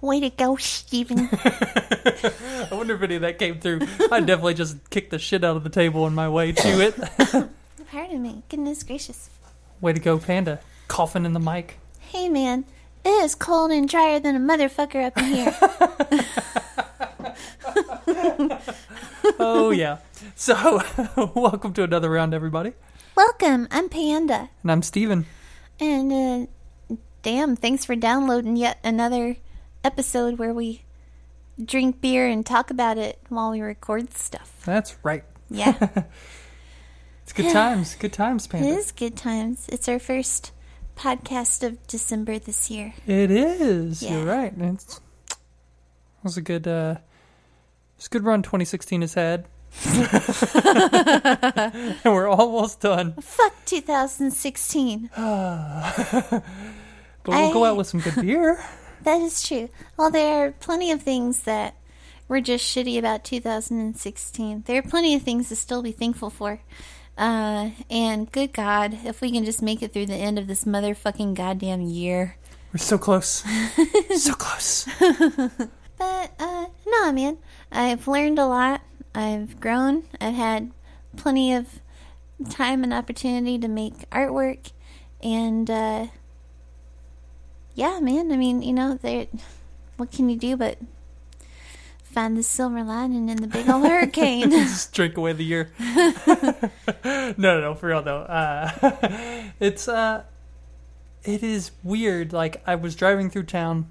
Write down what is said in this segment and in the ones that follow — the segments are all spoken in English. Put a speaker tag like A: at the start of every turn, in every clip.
A: Way to go, Steven.
B: I wonder if any of that came through. I definitely just kicked the shit out of the table on my way to it.
A: Pardon me. Goodness gracious.
B: way to go, Panda. Coughing in the mic.
A: Hey, man. It is cold and drier than a motherfucker up in here.
B: Oh, yeah. So, welcome to another round, everybody.
A: Welcome. I'm Panda.
B: And I'm Steven.
A: And uh, damn, thanks for downloading yet another episode where we drink beer and talk about it while we record stuff.
B: That's right.
A: Yeah,
B: It's good times. Good times,
A: it
B: Panda.
A: is good times. It's our first podcast of December this year.
B: It is.
A: Yeah.
B: You're right. It's, it was a good, uh, it's a good run 2016 has had. and we're almost done.
A: Fuck 2016.
B: But we'll go
A: I-
B: out with some good beer.
A: That is true. Well, there are plenty of things that were just shitty about 2016. There are plenty of things to still be thankful for. Uh, and good God, if we can just make it through the end of this motherfucking goddamn year.
B: We're so close. so close.
A: But uh, no, man, I've learned a lot. I've grown. I've had plenty of time and opportunity to make artwork, and uh, yeah, man. I mean, you know, there. What can you do but find the silver lining in the big old hurricane?
B: just drink away the year. no, no, no, for real though. Uh, it's uh, it is weird. Like I was driving through town,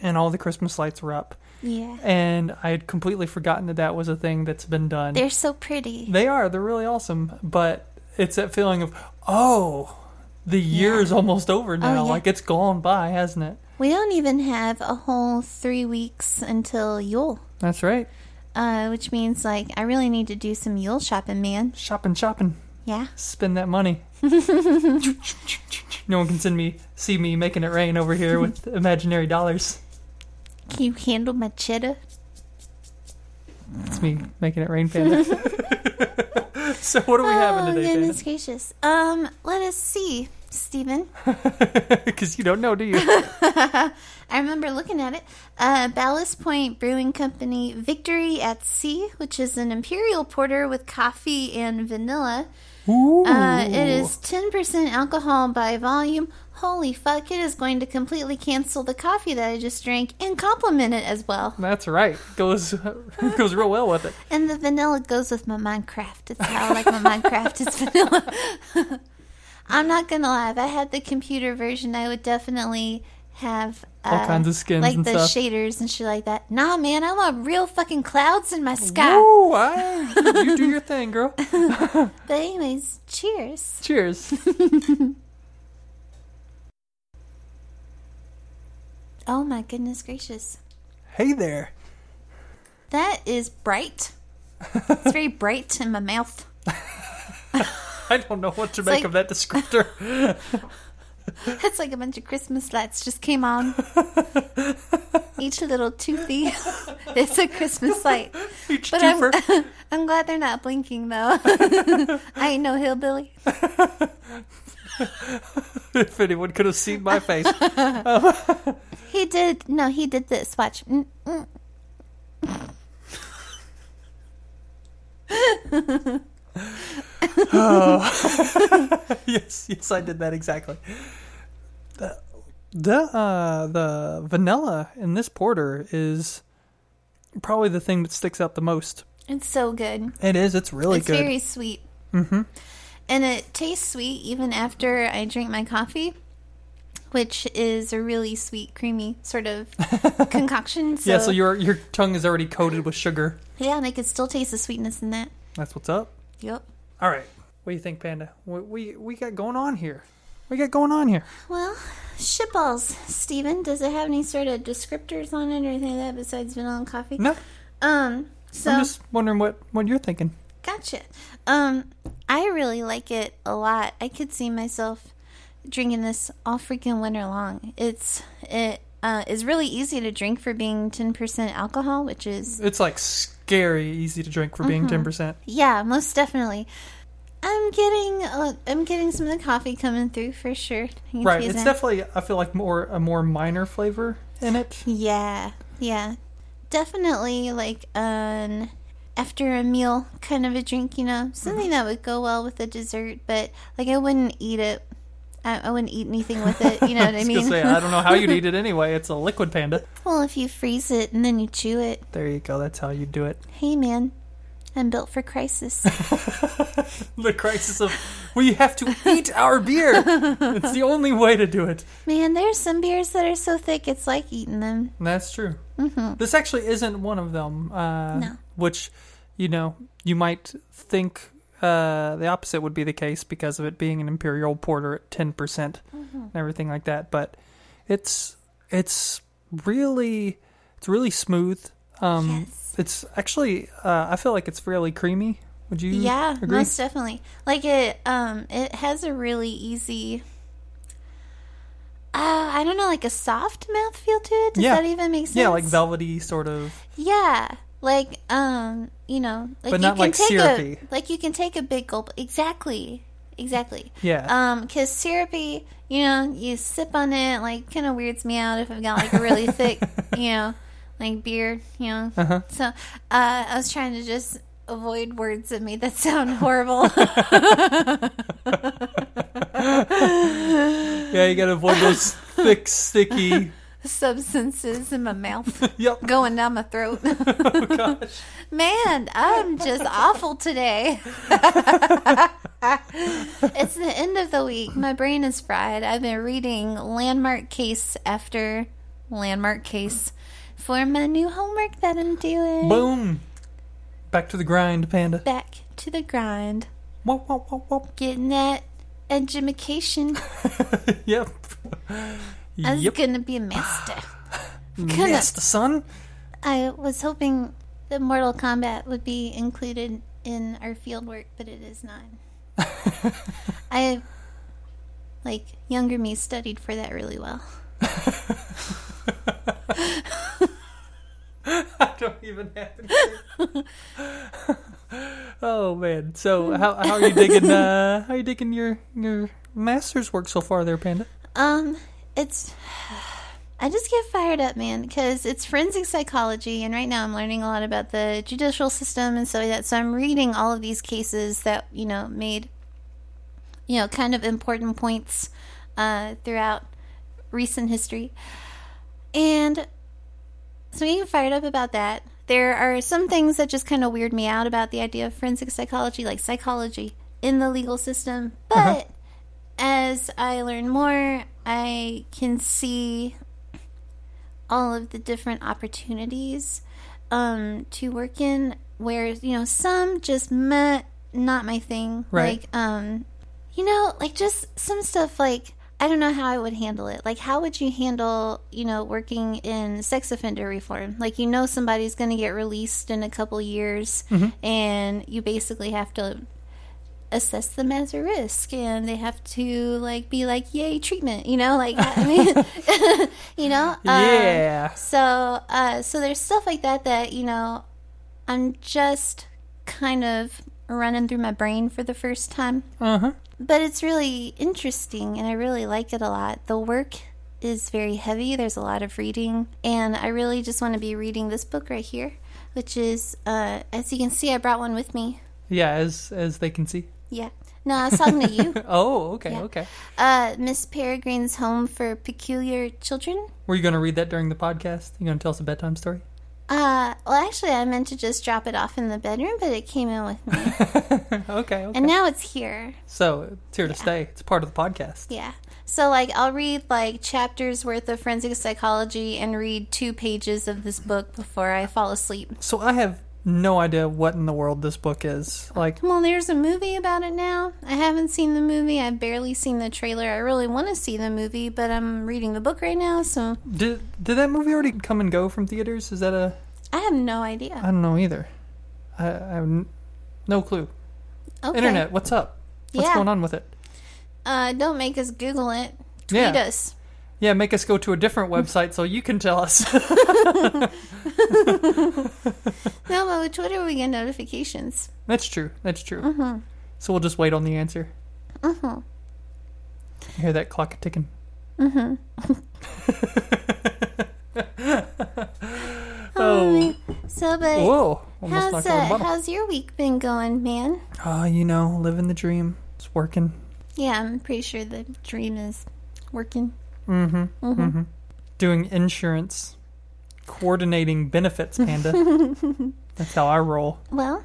B: and all the Christmas lights were up,
A: yeah,
B: and I had completely forgotten that that was a thing that's been done.
A: they're so pretty.
B: They are. They're really awesome. But it's that feeling of oh, the year is almost over now.
A: yeah.
B: Like it's gone by, hasn't it?
A: We don't even have a whole three weeks until Yule,
B: That's right.
A: uh, which means like I really need to do some Yule shopping, man.
B: Shopping, shopping.
A: Yeah.
B: spend that money. no one can send me see me making it rain over here with imaginary dollars.
A: Can you handle my cheddar?
B: It's me making it rain, Panda. so what are we
A: oh,
B: having today,
A: goodness gracious. Um, let us see, Stephen.
B: Panda? Because you don't know, do you?
A: I remember looking at it. Uh, Ballast Point Brewing Company Victory at Sea, which is an imperial porter with coffee and vanilla.
B: Ooh.
A: Uh, it is 10% alcohol by volume. Holy fuck, it is going to completely cancel the coffee that I just drank and complement it as well.
B: That's right. Goes goes real well with it.
A: And the vanilla goes with my Minecraft. It's how I like my Minecraft. It's vanilla. I'm not gonna lie. If I had the computer version, I would definitely have uh,
B: All kinds of skins
A: like
B: and
A: the
B: stuff.
A: shaders and shit like that. Nah, man, I want real fucking clouds in my sky.
B: Ooh, I, you do your thing, girl.
A: But anyways, cheers.
B: Cheers.
A: Oh my goodness gracious,
B: Hey there.
A: that is bright. It's very bright in my mouth.
B: I don't know what to make
A: like-
B: of that descriptor.
A: It's like a bunch of Christmas lights just came on. Each little toothy is a Christmas light.
B: Each
A: But
B: twofer.
A: I'm, I'm glad they're not blinking though. I ain't no hillbilly.
B: if anyone could have seen my face.
A: He did no, he did this. Watch. Mm, mm.
B: Oh. yes, yes, I did that exactly. The the, uh, the vanilla in this porter is probably the thing that sticks out the most.
A: It's so good.
B: It is. It's really
A: it's
B: good.
A: very sweet. Mm-hmm. And it tastes sweet even after I drink my coffee, which is a really sweet, creamy sort of concoction. So,
B: yeah. So your your tongue is already coated with sugar.
A: yeah, and I could still taste the sweetness in that.
B: That's what's up.
A: Yep.
B: All right. What do you think, Panda? What we we got going on here? We got going on here.
A: Well, shitballs, Steven. Does it have any sort of descriptors on it or anything like that besides vanilla and coffee?
B: No,
A: Um, so
B: I'm just wondering what what you're thinking.
A: Gotcha. Um, I really like it a lot. I could see myself drinking this all freaking winter long. It's it uh, is really easy to drink for being ten percent alcohol, which is
B: It's like scary easy to drink for
A: Mm-hmm.
B: being 10 percent.
A: yeah, most definitely. I'm getting uh, I'm getting some of the coffee coming through for sure. I can
B: Right.
A: taste
B: It's
A: that.
B: definitely I feel like more a more minor flavor in it.
A: Yeah, yeah. Definitely like an after a meal kind of a drink, you know,
B: Mm-hmm.
A: something that would go well with a dessert, but like I wouldn't eat it. I, I wouldn't eat anything with it, you know what I,
B: was
A: mean?
B: gonna say, I don't know how you'd eat it anyway. It's a liquid panda.
A: well, if you freeze it and then you chew it,
B: There you go. That's how you do it.
A: hey man, I'm built for crisis.
B: The crisis of we have to eat our beer. It's the only way to do it.
A: man, there's some beers that are so thick it's like eating them.
B: That's true. This actually isn't one of them. Uh,
A: Mm-hmm. No.
B: Which, you know, you might think uh, the opposite would be the case because of it being an imperial porter at ten percent
A: Mm-hmm.
B: and everything like that. But it's it's really it's really smooth. Um,
A: Yes.
B: It's actually uh, I feel like it's fairly creamy. Would you?
A: Yeah,
B: Mm, agree?
A: most definitely. Like it, um, it has a really easy. Uh, I don't know, like a soft mouthfeel to it. Does
B: Yeah.
A: that even make sense?
B: Yeah, like velvety sort of.
A: Yeah, like um, you know, like
B: But
A: you
B: not
A: can
B: like
A: take
B: syrupy.
A: a like you can take a big gulp. Exactly, exactly.
B: Yeah.
A: Um, because syrupy, you know, you sip on it, like kind of weirds me out if I've got like a really thick, you know, like beer, you know.
B: Uh-huh.
A: So, uh, I was trying to just avoid words that made that sound horrible. Um,
B: Yeah, you gotta avoid those thick, sticky.
A: Substances in my mouth
B: Yep.
A: going down my throat.
B: Oh gosh.
A: Man, I'm just awful today. it's the end of the week. My brain is fried. I've been reading landmark case after landmark case for my new homework that I'm doing.
B: Boom. Back to the grind, panda.
A: Back to the grind.
B: Whoa, whoa, whoa, whoa.
A: Getting that edumacation.
B: yep.
A: I'm
B: Yep.
A: gonna be a master. gonna-
B: Yes, the sun.
A: I was hoping that Mortal Kombat would be included in our field work, but it is not. I, like, younger me studied for that really well.
B: I don't even have any- oh man. So how how are you digging? Uh, how are you digging your your master's work so far, there, panda?
A: Um, it's. I just get fired up, man, because it's forensic psychology, and right now I'm learning a lot about the judicial system and stuff like that. So I'm reading all of these cases that, you know, made, you know, kind of important points uh, throughout recent history. And so I'm getting fired up about that. There are some things that just kind of weird me out about the idea of forensic psychology, like psychology in the legal system, but as I learn more, I can see all of the different opportunities um, to work in. Where you know some just meh, not my thing.
B: Right.
A: Like um, you know, like just some stuff like. I don't know how I would handle it. Like, how would you handle, you know, working in sex offender reform? Like, you know, somebody's going to get released in a couple years, and you basically have to assess them as a risk and they have to like be like yay treatment you know like i mean you know uh,
B: yeah.
A: so uh so there's stuff like that that you know i'm just kind of running through my brain for the first time
B: Uh huh.
A: but it's really interesting and I really like it a lot. The work is very heavy, there's a lot of reading, and I really just want to be reading this book right here, which is, uh, as you can see, I brought one with me.
B: Yeah, as as they can see.
A: Yeah. No, I was talking to you.
B: Oh, okay,
A: Yeah.
B: okay.
A: Uh, Miss Peregrine's Home for Peculiar Children.
B: Were you gonna read that during the podcast? You gonna tell us a bedtime story?
A: Uh, well, actually, I meant to just drop it off in the bedroom, but it came in with me.
B: okay, okay.
A: and now it's here.
B: so it's here to stay. It's part of the podcast.
A: Yeah. So like I'll read like chapters worth of forensic psychology and read two pages of this book before I fall asleep.
B: So I have no idea what in the world this book is. Like,
A: Well, there's a movie about it now. I haven't seen the movie. I've barely seen the trailer. I really want to see the movie, but I'm reading the book right now, so
B: did did that movie already come and go from theaters? Is that a
A: I have no
B: I
A: idea.
B: don't know either. I, I have n- no clue.
A: Okay.
B: Uh, Internet, what's up? What's
A: Yeah.
B: going on with it?
A: Uh, don't make us Google it. Tweet
B: Yeah.
A: us.
B: Yeah, make us go to a different website so you can tell us.
A: No, but with Twitter we get notifications.
B: That's true. That's true.
A: Mm-hmm.
B: So we'll just wait on the answer.
A: Mm-hmm.
B: You hear that clock ticking?
A: Oh, So, but
B: Oh. Whoa! Almost
A: how's
B: knocked out the
A: uh,
B: bottle.
A: how's your week been going, man?
B: Ah, you know, living the dream. It's working.
A: Yeah, I'm pretty sure the dream is working.
B: Mm-hmm.
A: Mhm.
B: Mm-hmm. Doing insurance, coordinating benefits, Panda. That's how I roll.
A: Well,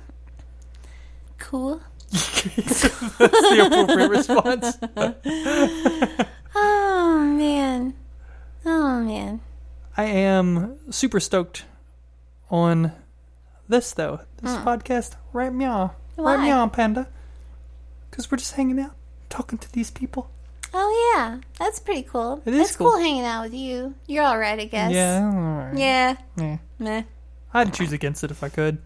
A: cool.
B: That's the appropriate response.
A: Oh man, oh man.
B: I am super stoked on this though. This podcast right meow. Right
A: Mm. Why?
B: meow, Panda. Because we're just hanging out, talking to these people.
A: Oh yeah, that's pretty cool.
B: It is
A: it's cool.
B: cool.
A: hanging out with you. You're all right, I guess.
B: Yeah. alright.
A: Yeah.
B: yeah.
A: Meh.
B: I'd choose against it if I could.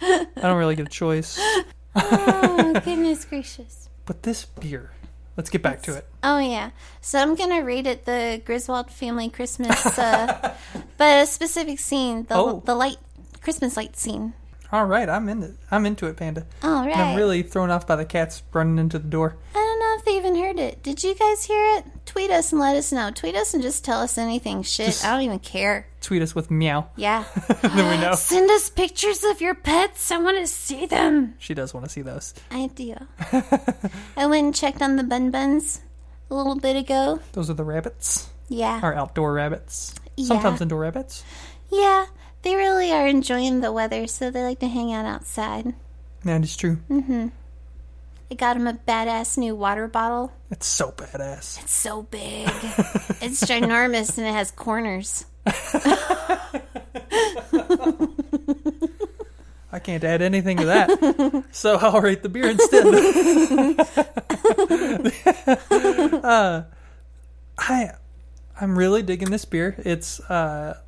B: I don't really get a choice.
A: Oh goodness gracious.
B: But this beer, let's get back to it.
A: Oh yeah. So I'm gonna rate it the Griswold family Christmas, uh, but a specific scene, the
B: Oh.
A: the light Christmas light scene.
B: All right, I'm in it. I'm into it, Panda.
A: All right.
B: And I'm really thrown off by the cats running into the door.
A: I don't know if they even heard it. Did you guys hear it? Tweet us and let us know. Tweet us and just tell us anything. Shit,
B: Just-
A: I don't even care.
B: Tweet us with meow.
A: Yeah.
B: then we know
A: Send us pictures of your pets. I want to see them.
B: she does want to see those.
A: I do. I went and checked on the bun buns a little bit ago.
B: Those are the rabbits.
A: Yeah.
B: Our outdoor rabbits. Sometimes indoor rabbits.
A: Yeah. They really are enjoying the weather, so they like to hang out outside.
B: That is true.
A: I got them a badass new water bottle.
B: It's so badass.
A: It's so big. it's ginormous and it has corners.
B: I can't add anything to that. so I'll rate the beer instead. uh, I I'm really digging this beer. It's uh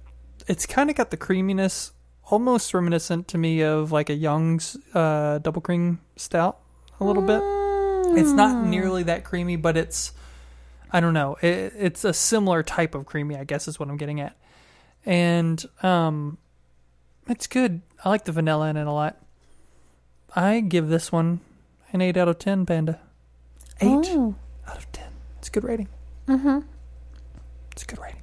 B: it's kind of got the creaminess almost reminiscent to me of like a Young's uh double cream stout a little bit. It's not nearly that creamy, but it's I don't know. It, it's a similar type of creamy, I guess is what I'm getting at. And um it's good. I like the vanilla in it a lot. I give this one an 8 out of 10, Panda. 8
A: Oh,
B: out of 10. It's a good rating. Mm-hmm. It's a good rating.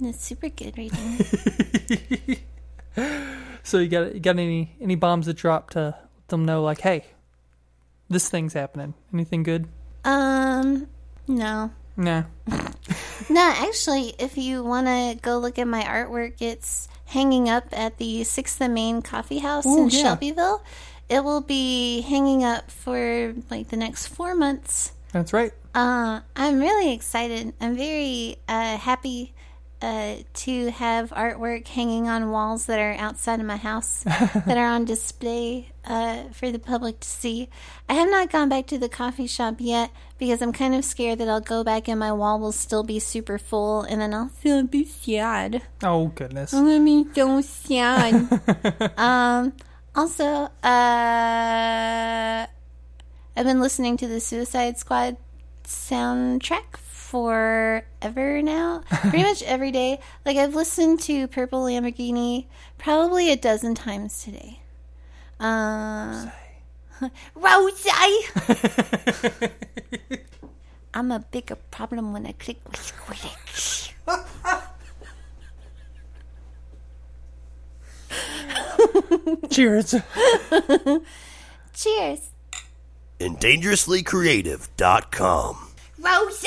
A: that's super good rating.
B: So you got you got any any bombs that drop to let them know like, hey, this thing's happening. Anything good?
A: Um, no.
B: Nah.
A: No, actually, if you want to go look at my artwork, it's hanging up at the Sixth and Main Coffee House
B: Ooh,
A: in
B: yeah.
A: Shelbyville. It will be hanging up for like the next four months.
B: That's right.
A: Uh, I'm really excited. I'm very uh, happy uh, to have artwork hanging on walls that are outside of my house that are on display uh, for the public to see. I have not gone back to the coffee shop yet because I'm kind of scared that I'll go back and my wall will still be super full and then I'll still be sad.
B: Oh goodness.
A: I'm gonna be so sad. um, also, uh, I've been listening to the Suicide Squad soundtrack forever now. Pretty much every day. Like I've listened to Purple Lamborghini probably a dozen times today. Uh, Rose, I'm a bigger problem when I click.
B: Cheers.
A: Cheers,
C: and dangerously creative.com.
A: Rose.